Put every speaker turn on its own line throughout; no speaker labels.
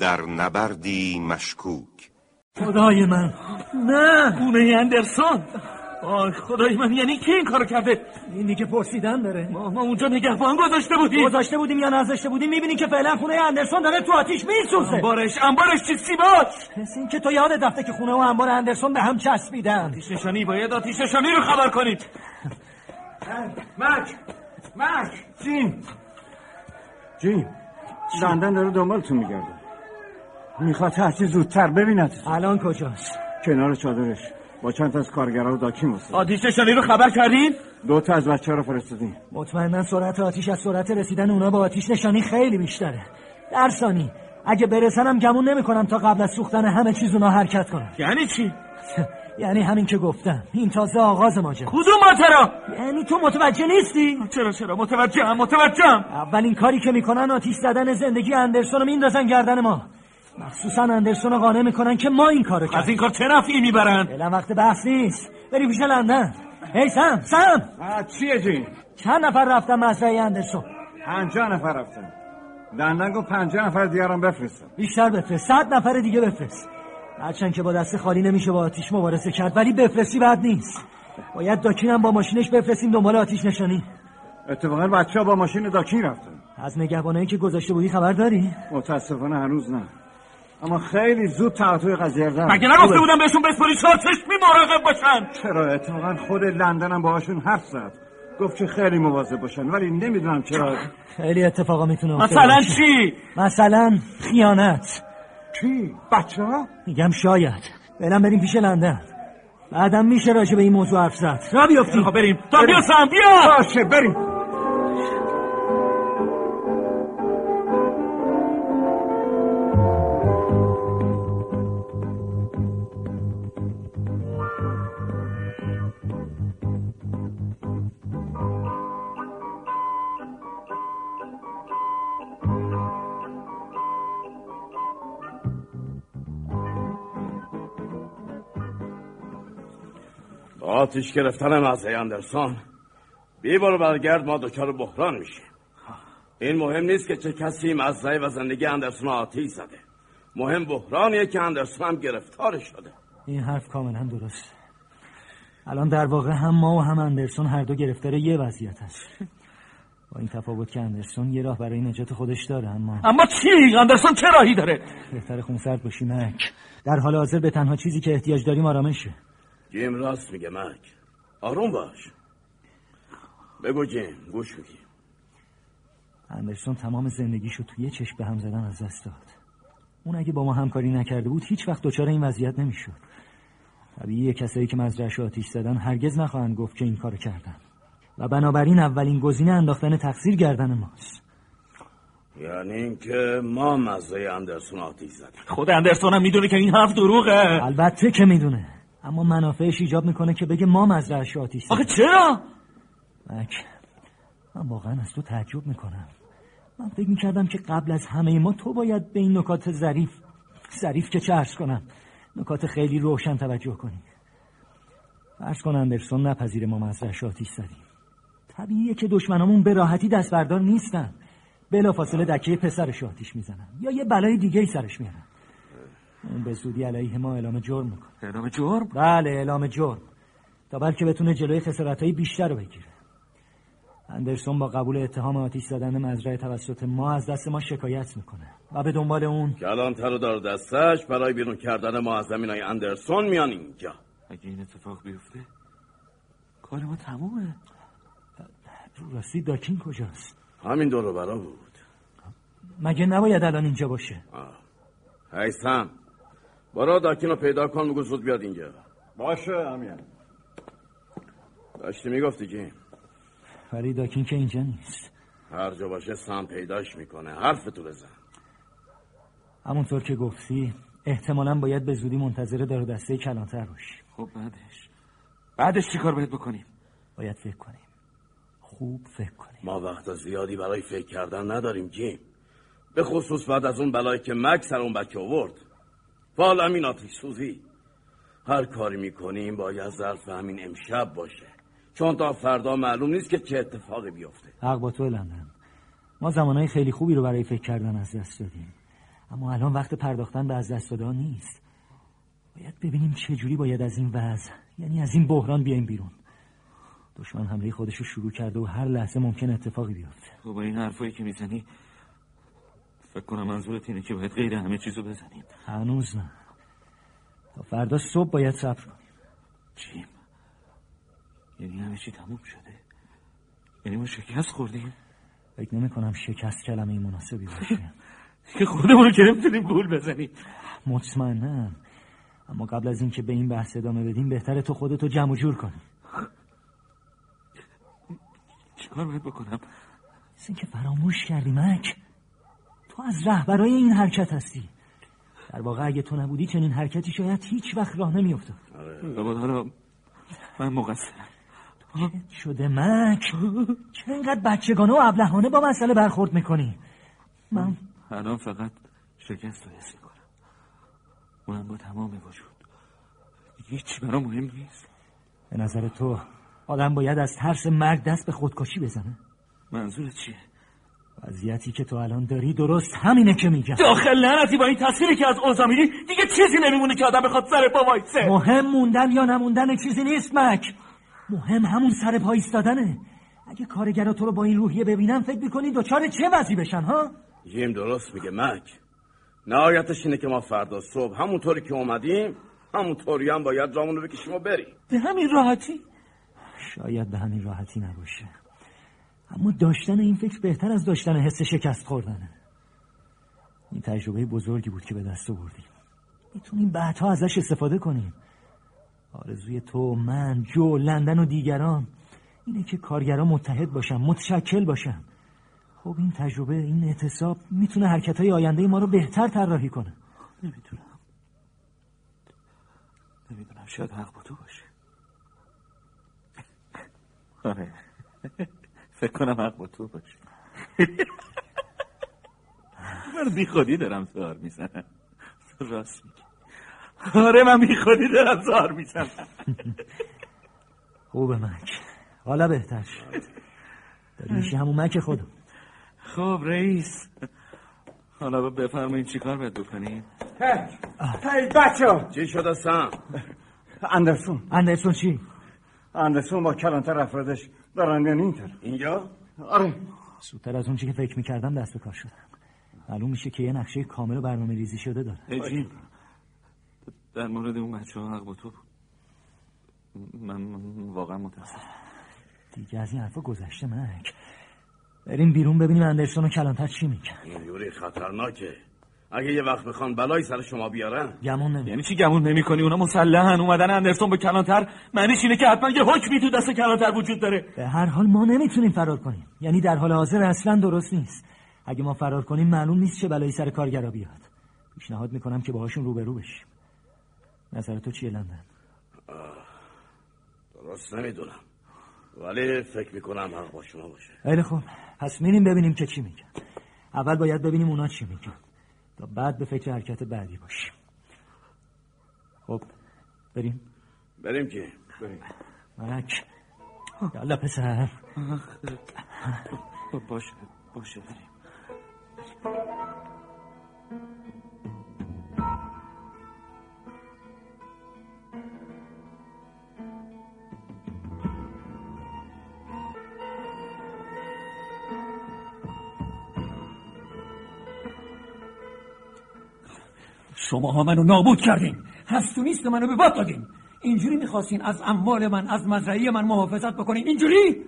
در نبردی مشکوک
خدای من نه گونه اندرسون آی خدای من یعنی کی این کارو کرده
اینی که پرسیدن داره
ما, ما اونجا نگهبان گذاشته بودیم
گذاشته بودیم یا نذاشته بودیم میبینی که فعلا خونه اندرسون داره تو آتیش میسوزه
انبارش انبارش چی سیباش
مثل این که تو یاد رفته که خونه و انبار اندرسون به هم چسبیدن
آتیش نشانی باید آتیش نشانی رو خبر کنید
مک مک
جین جین لندن داره دنبالتون میگرده میخواد هرچی زودتر ببیند
الان کجاست
کنار چادرش با چند تا از کارگرها و داکی مستد
آتیش نشانی رو خبر کردین
دو تا از بچه ها رو فرستادیم
مطمئنا سرعت آتیش از سرعت رسیدن اونا به آتیش نشانی خیلی بیشتره در ثانی اگه برسنم گمون نمیکنم تا قبل از سوختن همه چیز اونا حرکت کنم
یعنی چی
یعنی همین که گفتم این تازه آغاز ماجرا
کدوم ماجرا
یعنی تو متوجه نیستی
چرا چرا متوجهم متوجهم
اولین کاری که میکنن آتیش زدن زندگی اندرسون رو میندازن گردن ما مخصوصا اندرسون رو قانع میکنن که ما این کارو
از
کردیم
این کار چه نفعی میبرن
فعلا وقت بحث نیست بریم پیش لندن ای سم سم
آه، چیه جین
چند نفر رفتن مزرعه اندرسون
پنجاه نفر رفتن لندن گفت پنجاه نفر دیگرم بفرستن
بیشتر بفرست صد نفر دیگه بفرست هرچند که با دست خالی نمیشه با آتیش مبارزه کرد ولی بفرستی بد نیست باید داکینم با ماشینش بفرستیم دنبال آتیش نشانی
اتفاقا بچه ها با ماشین داکین رفتن
از نگهبانایی که گذاشته بودی خبر داری
متاسفانه هنوز نه اما خیلی زود تعطیل قضیه رو
مگه نگفته بودم بهشون بسپری چهار چشمی مراقب باشن
چرا اتفاقا خود لندنم باهاشون حرف زد گفت که خیلی مواظب باشن ولی نمیدونم چرا
خیلی اتفاقا میتونه افتاده
مثلا
باشه.
چی
مثلا خیانت
چی بچه ها
میگم شاید فعلا بریم پیش لندن بعدم میشه راجع به این موضوع حرف زد را بیفتیم
خب بریم تا بیا سم بیا
باشه بریم
با آتیش گرفتن مزه اندرسون بی برو برگرد ما دچار بحران میشیم این مهم نیست که چه کسی مزه و زندگی اندرسون رو آتیش زده مهم بحرانیه که اندرسون هم گرفتار شده
این حرف کاملا درست الان در واقع هم ما و هم اندرسون هر دو گرفتار یه وضعیت هست با این تفاوت که اندرسون یه راه برای نجات خودش داره اما
اما چی اندرسون چه راهی داره
بهتر خونسرد باشی مک در حال حاضر به تنها چیزی که احتیاج داریم آرامشه
جیم راست میگه مک آروم باش بگو جیم گوش میگی
اندرسون تمام زندگیشو توی یه چشم به هم زدن از دست داد اون اگه با ما همکاری نکرده بود هیچ وقت دچار این وضعیت نمیشد طبیعیه کسایی که مزرعش آتیش زدن هرگز نخواهند گفت که این کارو کردن و بنابراین اولین گزینه انداختن تقصیر گردن ماست
یعنی اینکه ما مزه اندرسون آتیش زدیم
خود اندرسون هم میدونه که این حرف دروغه
البته که میدونه اما منافعش ایجاب میکنه که بگه ما مزرعش آتیش زدیم.
آخه چرا
مک من واقعا از تو تعجب میکنم من فکر میکردم که قبل از همه ما تو باید به این نکات ظریف ظریف که چه عرض کنم نکات خیلی روشن توجه کنی فرض کن اندرسون نپذیر ما مزرعش آتیش زدیم طبیعیه که دشمنامون به راحتی دست بردار نیستن بلافاصله دکه پسرش رو آتیش میزنن یا یه بلای دیگه ای سرش میارن اون به زودی علیه ما اعلام جرم میکنه
اعلام جرم
بله اعلام جرم تا بلکه بتونه جلوی خسارتهای بیشتر رو بگیره اندرسون با قبول اتهام آتیش زدن مزرعه توسط ما از دست ما شکایت میکنه و به دنبال اون
کلانتر رو دار دستش برای بیرون کردن ما از زمینای اندرسون میان اینجا
اگه این اتفاق بیفته کار ما تمومه
رو راستی داکین کجاست
همین دور و برا بود
مگه نباید الان اینجا باشه
هیسم برا داکین رو پیدا کن بگو زود بیاد اینجا
باشه همین
داشتی میگفتی جیم
ولی داکین که اینجا نیست
هر جا باشه سم پیداش میکنه حرف تو بزن
همونطور که گفتی احتمالا باید به زودی منتظر دار و دسته کلانتر باشی
خب بعدش بعدش چی کار باید بکنیم
باید فکر کنیم خوب فکر کنیم
ما وقت زیادی برای فکر کردن نداریم جیم به خصوص بعد از اون بلایی که مک سر اون بچه آورد فال همین آتیش سوزی هر کاری میکنیم باید ظرف همین امشب باشه چون تا فردا معلوم نیست که چه اتفاقی بیفته
حق با تو لندن ما زمانهای خیلی خوبی رو برای فکر کردن از دست دادیم اما الان وقت پرداختن به از دست دادن نیست باید ببینیم چه جوری باید از این وضع یعنی از این بحران بیایم بیرون دشمن حمله خودش رو شروع کرده و هر لحظه ممکن اتفاقی بیفته
تو خب، با این حرفایی که میزنی فکر کنم منظورت اینه که باید غیر همه چیزو بزنیم
هنوز نه تا فردا صبح باید صبر کنیم
جیم یعنی همه چی تموم شده یعنی ما شکست خوردیم
فکر نمی کنم شکست کلمه مناسبی باشه
که خودمون رو که نمیتونیم گول بزنیم
مطمئنم اما قبل از اینکه به این بحث ادامه بدیم بهتره تو خودتو جمع و جور کنی
چیکار باید بکنم
از اینکه فراموش کردی مک تو از رهبرای این حرکت هستی در واقع اگه تو نبودی چنین حرکتی شاید هیچ وقت راه نمیافتاد
لابد حالا من مقصرم
شده مک چرا اینقدر بچگانه و ابلهانه با مسئله برخورد میکنی من
الان فقط شکست رو حس میکنم اونم با تمام وجود هیچی برام مهم نیست
به نظر تو آدم باید از ترس مرگ دست به خودکشی بزنه
منظورت چیه
وضعیتی که تو الان داری درست همینه که میگم
داخل لعنتی با این تصویری که از اوضاع میری دیگه چیزی نمیمونه که آدم بخواد سر پا وایسه
مهم موندن یا نموندن چیزی نیست مک مهم همون سر پا ایستادنه اگه کارگرا تو رو با این روحیه ببینن فکر میکنی دچار چه وضعی بشن ها
جیم درست میگه مک نهایتش اینه که ما فردا صبح همونطوری که اومدیم همونطوری هم باید رامون رو بکشیم و بریم
به همین راحتی
شاید به همین راحتی نباشه اما داشتن این فکر بهتر از داشتن حس شکست خوردنه این تجربه بزرگی بود که به دست آوردیم میتونیم بعدها ازش استفاده کنیم آرزوی تو من جو لندن و دیگران اینه که کارگران متحد باشن متشکل باشن خب این تجربه این اعتصاب میتونه حرکت های آینده ما رو بهتر طراحی کنه
نمیدونم نمیدونم شاید حق با تو باشه آره فکر کنم حق با تو باشه من بی خودی دارم زار میزنم تو راست میگی آره من بی خودی دارم زار میزنم
خوبه مک حالا بهتر شد داری میشه همون مک خودم
خب رئیس حالا بفرمایید چیکار باید بکنیم
هی بچه
چی شده سم
اندرسون
اندرسون چی؟
اندرسون با کلانتر افرادش دارن میان این طرف
اینجا
آره
زودتر از اون چی که فکر میکردم دست به کار شدم معلوم میشه که یه نقشه کامل و برنامه ریزی شده داره
جیم در مورد اون بچه ها حق با تو بود من, من واقعا متاسفم
دیگه از این حرفا گذشته مک بریم بیرون ببینیم اندرسون و کلانتر چی میگن
اینجوری خطرناکه اگه یه وقت بخوان بلایی سر شما بیارن
گمون نمی
یعنی چی گمون نمیکنی اونا مسلحن اومدن اندرسون به کلانتر معنیش اینه که حتما یه حکمی تو دست کلانتر وجود داره
به هر حال ما نمیتونیم فرار کنیم یعنی در حال حاضر اصلا درست نیست اگه ما فرار کنیم معلوم نیست چه بلایی سر کارگرا بیاد پیشنهاد میکنم که باهاشون روبرو بشیم نظر تو چیه لندن
درست نمیدونم ولی فکر میکنم حق با شما باشه
خیلی خوب پس میریم ببینیم که چی میگن اول باید ببینیم اونا چی میگن تا بعد به فکر حرکت بعدی باشیم خب بریم
بریم که
ملک یالا پسر
خب باشه باشه بریم
شماها منو نابود کردین هست و نیست منو به باد دادین اینجوری میخواستین از اموال من از مزرعه من محافظت بکنین اینجوری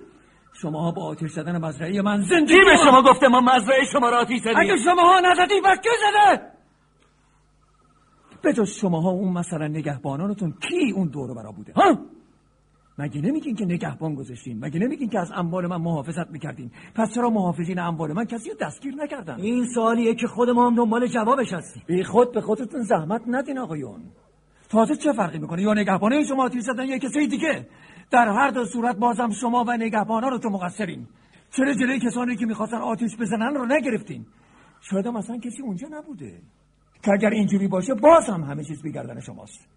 شماها با آتش زدن مزرعه من زندگی
کی به شما گفته ما مزرعه شما را آتیش زدیم
اگه شماها نزدین پس کی زده به جز شماها اون مثلا نگهبانانتون کی اون دورو برا بوده ها مگه نمیگین که نگهبان گذاشتین مگه نمیگین که از اموال من محافظت میکردین پس چرا محافظین اموال من کسی رو دستگیر نکردن
این سوالیه که خود ما هم دنبال جوابش هستیم
بی خود به خودتون زحمت ندین آقایون تازه چه فرقی میکنه یا نگهبانه شما آتیش زدن یا کسی دیگه در هر دو صورت بازم شما و نگهبانا رو تو مقصرین چرا جلوی کسانی که میخواستن آتیش بزنن رو نگرفتین شاید هم اصلا کسی اونجا نبوده که اگر اینجوری باشه باز هم همه چیز بیگردن شماست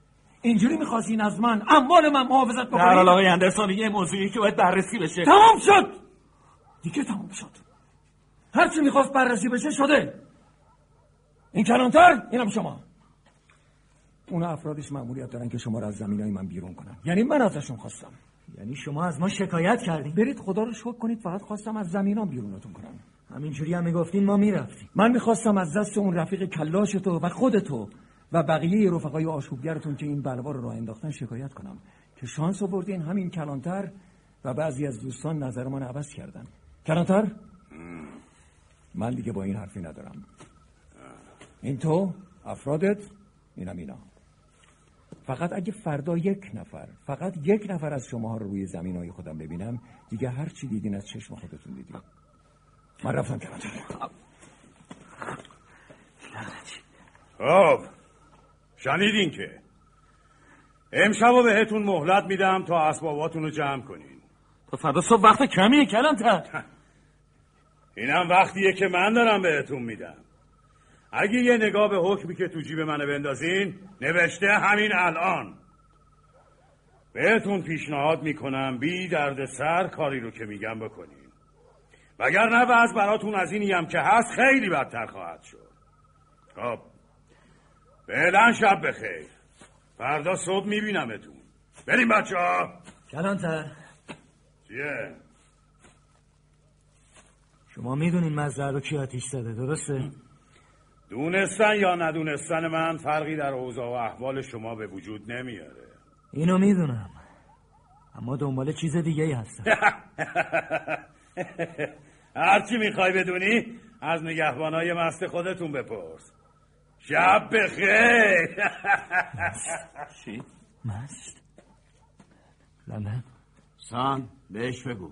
اینجوری میخواستین از من اموال من محافظت
در حال
بکنین
آقای اندرسون یه موضوعی که باید بررسی بشه
تمام شد دیگه تمام شد هرچی میخواست بررسی بشه شده این کلانتر اینم شما اون افرادش مأموریت دارن که شما رو از زمینای من بیرون کنن یعنی من ازشون خواستم
یعنی شما از ما شکایت کردین
برید خدا رو شکر کنید فقط خواستم از زمینام بیرونتون کنم
همینجوری هم میگفتین ما میرفتیم
من میخواستم از دست اون رفیق کلاش تو و خود تو و بقیه رفقای آشوبگرتون که این بلوا رو راه انداختن شکایت کنم که شانس آوردین همین کلانتر و بعضی از دوستان نظر من عوض کردن کلانتر من دیگه با این حرفی ندارم این تو افرادت اینم اینا فقط اگه فردا یک نفر فقط یک نفر از شما رو روی زمین های خودم ببینم دیگه هر چی دیدین از چشم خودتون دیدین من رفتم کلانتر
خب شنیدین که امشب بهتون مهلت میدم تا اسباباتون رو جمع کنین
تا خب، فردا صبح وقت کمیه کلانتر
اینم وقتیه که من دارم بهتون میدم اگه یه نگاه به حکمی که تو جیب منو بندازین نوشته همین الان بهتون پیشنهاد میکنم بی درد سر کاری رو که میگم بکنین وگرنه وضع براتون از اینی هم که هست خیلی بدتر خواهد شد خب فعلا شب بخیر فردا صبح میبینمتون بریم بچه ها
کلانتر
چیه؟
شما میدونین مزرعه رو کی آتیش زده درسته
دونستن یا ندونستن من فرقی در اوضاع و احوال شما به وجود نمیاره
اینو میدونم اما دنبال چیز دیگه ای هستم
هرچی میخوای بدونی از نگهبانای مست خودتون بپرس شب بخیر
چی؟
مست لندن
سان بهش بگو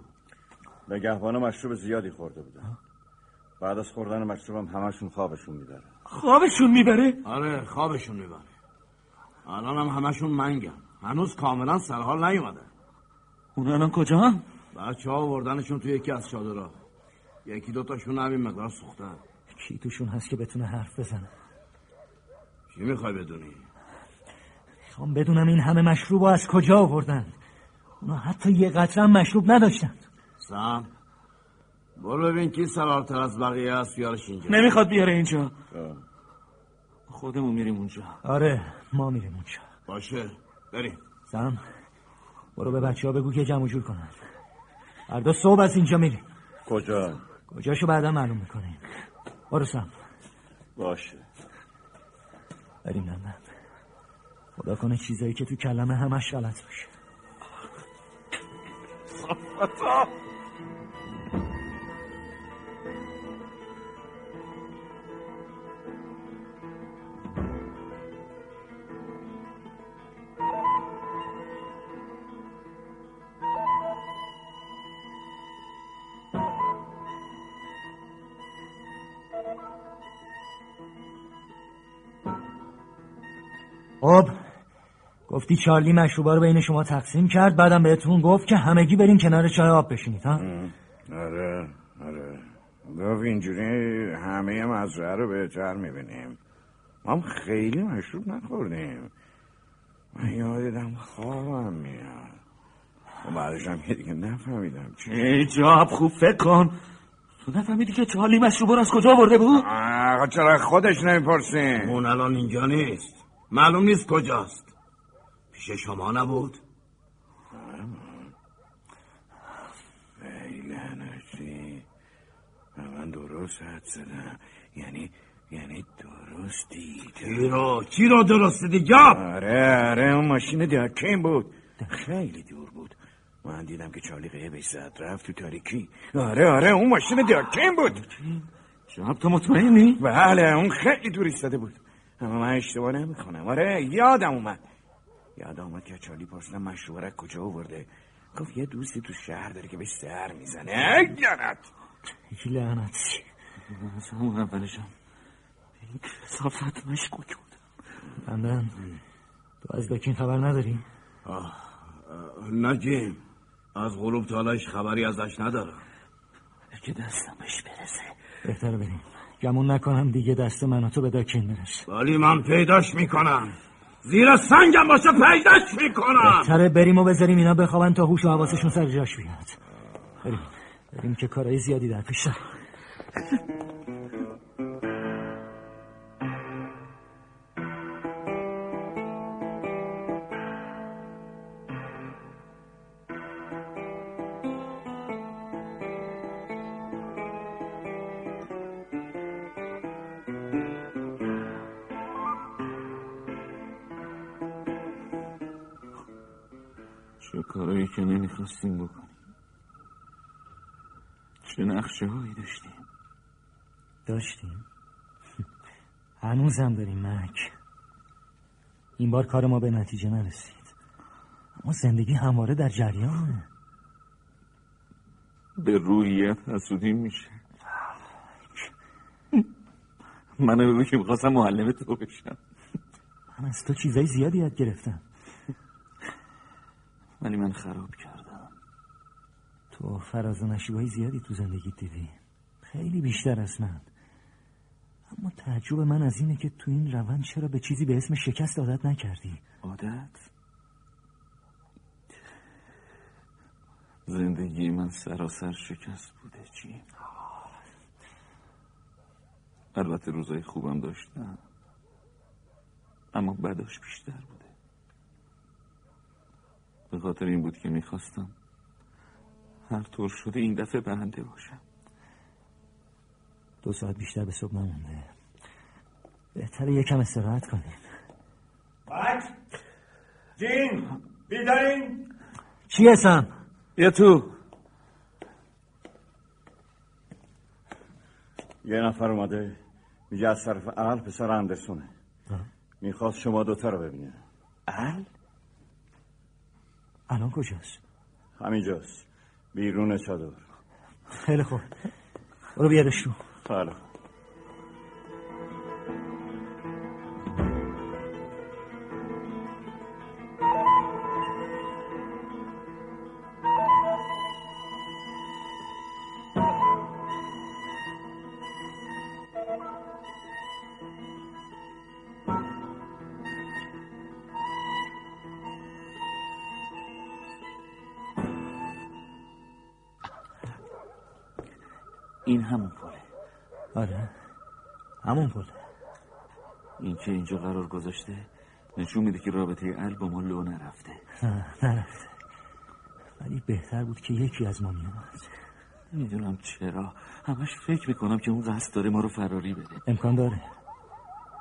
نگهبانا مشروب زیادی خورده بودن بعد از خوردن مشروبم همشون خوابشون میبره
خوابشون میبره
آره خوابشون میبره الان هم همشون منگم هنوز کاملا سرحال نیومده
اون الان کجا
بچه ها آوردنشون توی یکی از چادرها یکی دوتاشون همین مقدار سوختن
کی توشون هست که بتونه حرف بزنه
چی میخوای بدونی؟
میخوام بدونم این همه مشروب رو از کجا آوردن اونا حتی یه قطره هم مشروب نداشتن
سم برو ببین کی سرارتر از بقیه است بیارش اینجا
نمیخواد بیاره اینجا خودمون میریم اونجا
آره ما میریم اونجا
باشه بریم
سم برو به بچه ها بگو که جمع و جور کنن فردا صبح از اینجا میریم
کجا؟
کجاشو بعدا معلوم میکنیم برو سم
باشه
بریم لندن خدا کنه چیزایی که تو کلمه همش غلط باشه خب گفتی چارلی مشروبا رو بین شما تقسیم کرد بعدم بهتون گفت که همگی برین کنار چای آب بشینید ها
آره آره گفت اینجوری همه مزرعه رو بهتر میبینیم ما هم خیلی مشروب نخوردیم من یادم خوابم میاد و بعدش هم که دیگه نفهمیدم چی
ایجاب خوب فکر کن تو نفهمیدی که چالی مشروبا رو از کجا برده بود
آقا چرا خودش نمیپرسین
اون الان اینجا نیست معلوم نیست کجاست پیش شما نبود
ای لعنتی من درست حد زدم یعنی یعنی درست دیده
چی رو چی رو درست دیگه
آره آره اون ماشین دکیم بود خیلی دور بود من دیدم که چالی قیه بهش زد رفت تو تاریکی آره آره اون ماشین دکیم بود
جناب تو مطمئنی
بله اون خیلی دور ایستاده بود اما من اشتباه نمیکنم آره یادم اومد یادم اومد که چالی پرسیدم مشروبه رو کجا آورده گفت یه دوستی تو شهر داره که بهش سر میزنه ای لعنت
یکی لعنت
من از همون اولشم به این کسافت مشکوک بود
لندن تو از بکین خبر نداری؟
نه جیم از غروب تالایش خبری ازش ندارم
که دستم بهش برسه
بهتره بریم گمون نکنم دیگه دست من و تو به داکین برسه
ولی من پیداش میکنم زیر سنگم باشه پیداش میکنم
بهتره بریم و بذاریم اینا بخوابن تا هوش و حواسشون سر جاش بیاد بریم بریم که کارهای زیادی در پیش داریم.
کارایی که نمیخواستیم بکنیم چه نقشه هایی داشتیم
داشتیم هنوزم داریم مک این بار کار ما به نتیجه نرسید اما زندگی همواره در جریانه
به رویت حسودی میشه بله. من بگو که میخواستم معلم تو بشم
من از تو چیزای زیادی یاد گرفتم
ولی من خراب کردم
تو فراز و نشیبای زیادی تو زندگی دیدی خیلی بیشتر از من اما تعجب من از اینه که تو این روند چرا به چیزی به اسم شکست عادت نکردی
عادت زندگی من سراسر شکست بوده چی؟ البته روزای خوبم داشتم اما بداش بیشتر بوده به خاطر این بود که میخواستم هر طور شده این دفعه برنده باشم
دو ساعت بیشتر به صبح نمونده بهتره یکم استراحت کنیم
مک جین بیدارین
چی هستم؟
یا تو
یه نفر اومده میگه از طرف اهل پسر اندرسونه میخواست شما دوتا رو ببینه
ال؟
الان کجاست؟
همینجاست بیرون چادر
خیلی خوب برو بیادش رو
بله
این همون پله
آره همون پل
این که اینجا قرار گذاشته نشون میده که رابطه ال با ما لو نرفته
نرفته ولی بهتر بود که یکی از ما میومد
میدونم چرا همش فکر میکنم که اون قصد داره ما رو فراری بده
امکان داره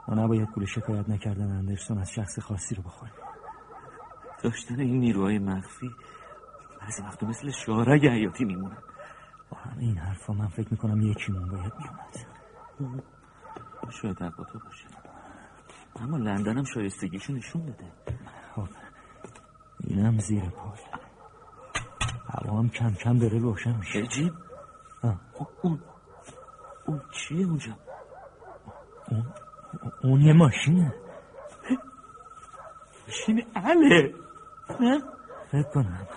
ما نباید گول شکایت نکردن اندرسون از شخص خاصی رو بخوریم
داشتن این نیروهای مخفی بعضی وقتا مثل شارگ حیاتی میمونن
با همه این حرفا من فکر میکنم یکیمون باید میومد
خب شاید حق با تو باشه اما لندنم شایستگیشو نشون داده
خب اینم زیر پل هوا هم کم کم داره روشن میشه
جیب
آه.
اون اون چیه اونجا
اون یه ماشینه
ماشین اله نه
فکر کنم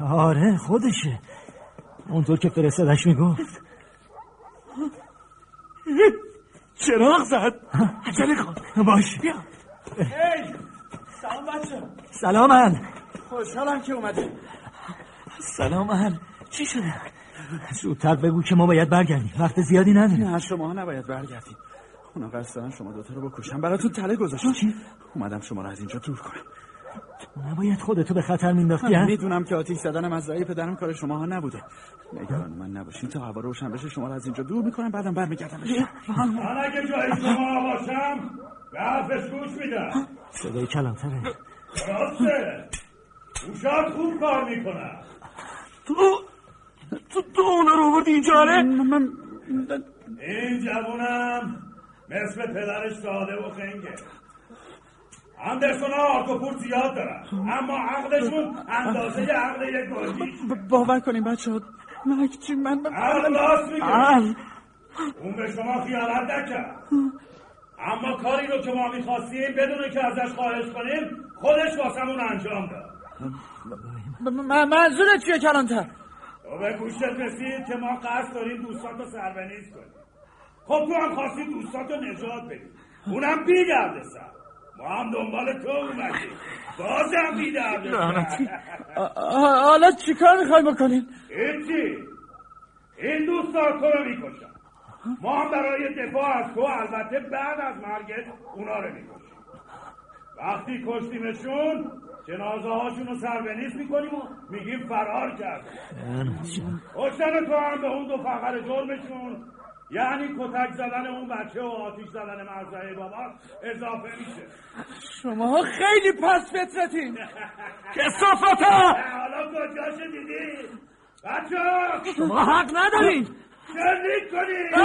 آره خودشه اونطور که فرستادش میگفت
چراغ زد عجله کن
باش
سلام بچه
سلام ال
خوشحالم که اومدی
سلام ال چی شده زودتر بگو که ما باید برگردیم وقت زیادی نداریم
نه شما نباید برگردیم اونا قصد دارن شما دوتا رو بکشم براتون تله گذاشتم اومدم شما رو از اینجا دور کنم
نباید خودتو به خطر مینداختی
من
ال
میدونم که آتیش زدن از رأی پدرم کار شما ها نبوده نگران من نباشین تا هوا روشن بشه شما رو از اینجا دور میکنم بعدم برمیگردم
من اگه جای شما باشم به حرفش گوش میدم
صدای کلانتره
راسته گوشات خوب کار میکنم
تو تو تو اونا رو آوردی اینجا آره
من
این جوونم مثل پدرش ساده و خنگه اندرسون ها آرکوپور زیاد دارن اما عقلشون اندازه عقل یک گرگی
باور کنیم بچه ها مکچی من
عقل راست میگه
ال
اون به شما خیانت نکرد اما کاری رو که ما میخواستیم بدون که ازش خواهش کنیم خودش واسمون انجام داد
منظورت چیه کلانتر
تو به گوشت رسید که ما قصد داریم دوستات رو سربنیز کنیم خب تو هم خواستی دوستات رو نجات بدی اونم بی درد سر ما هم دنبال تو اومدیم بازم بی درد سر
حالا چیکار میخوای بکنین
هیچی این دوستان تو رو میکشن ما هم برای دفاع از تو البته بعد از مرگت اونا رو میکشیم وقتی کشتیمشون جنازه هاشون رو سربنیز میکنیم و میگیم فرار کرد
دهنت جمع.
کشتن تو هم به اون دو فقر جرمشون یعنی کتک زدن اون بچه و آتیش زدن مرزه بابا اضافه میشه
شما خیلی پس فطرتین
کسافتا
حالا کجاشو دیدی؟ بچه
شما حق ندارید
شلیک کنی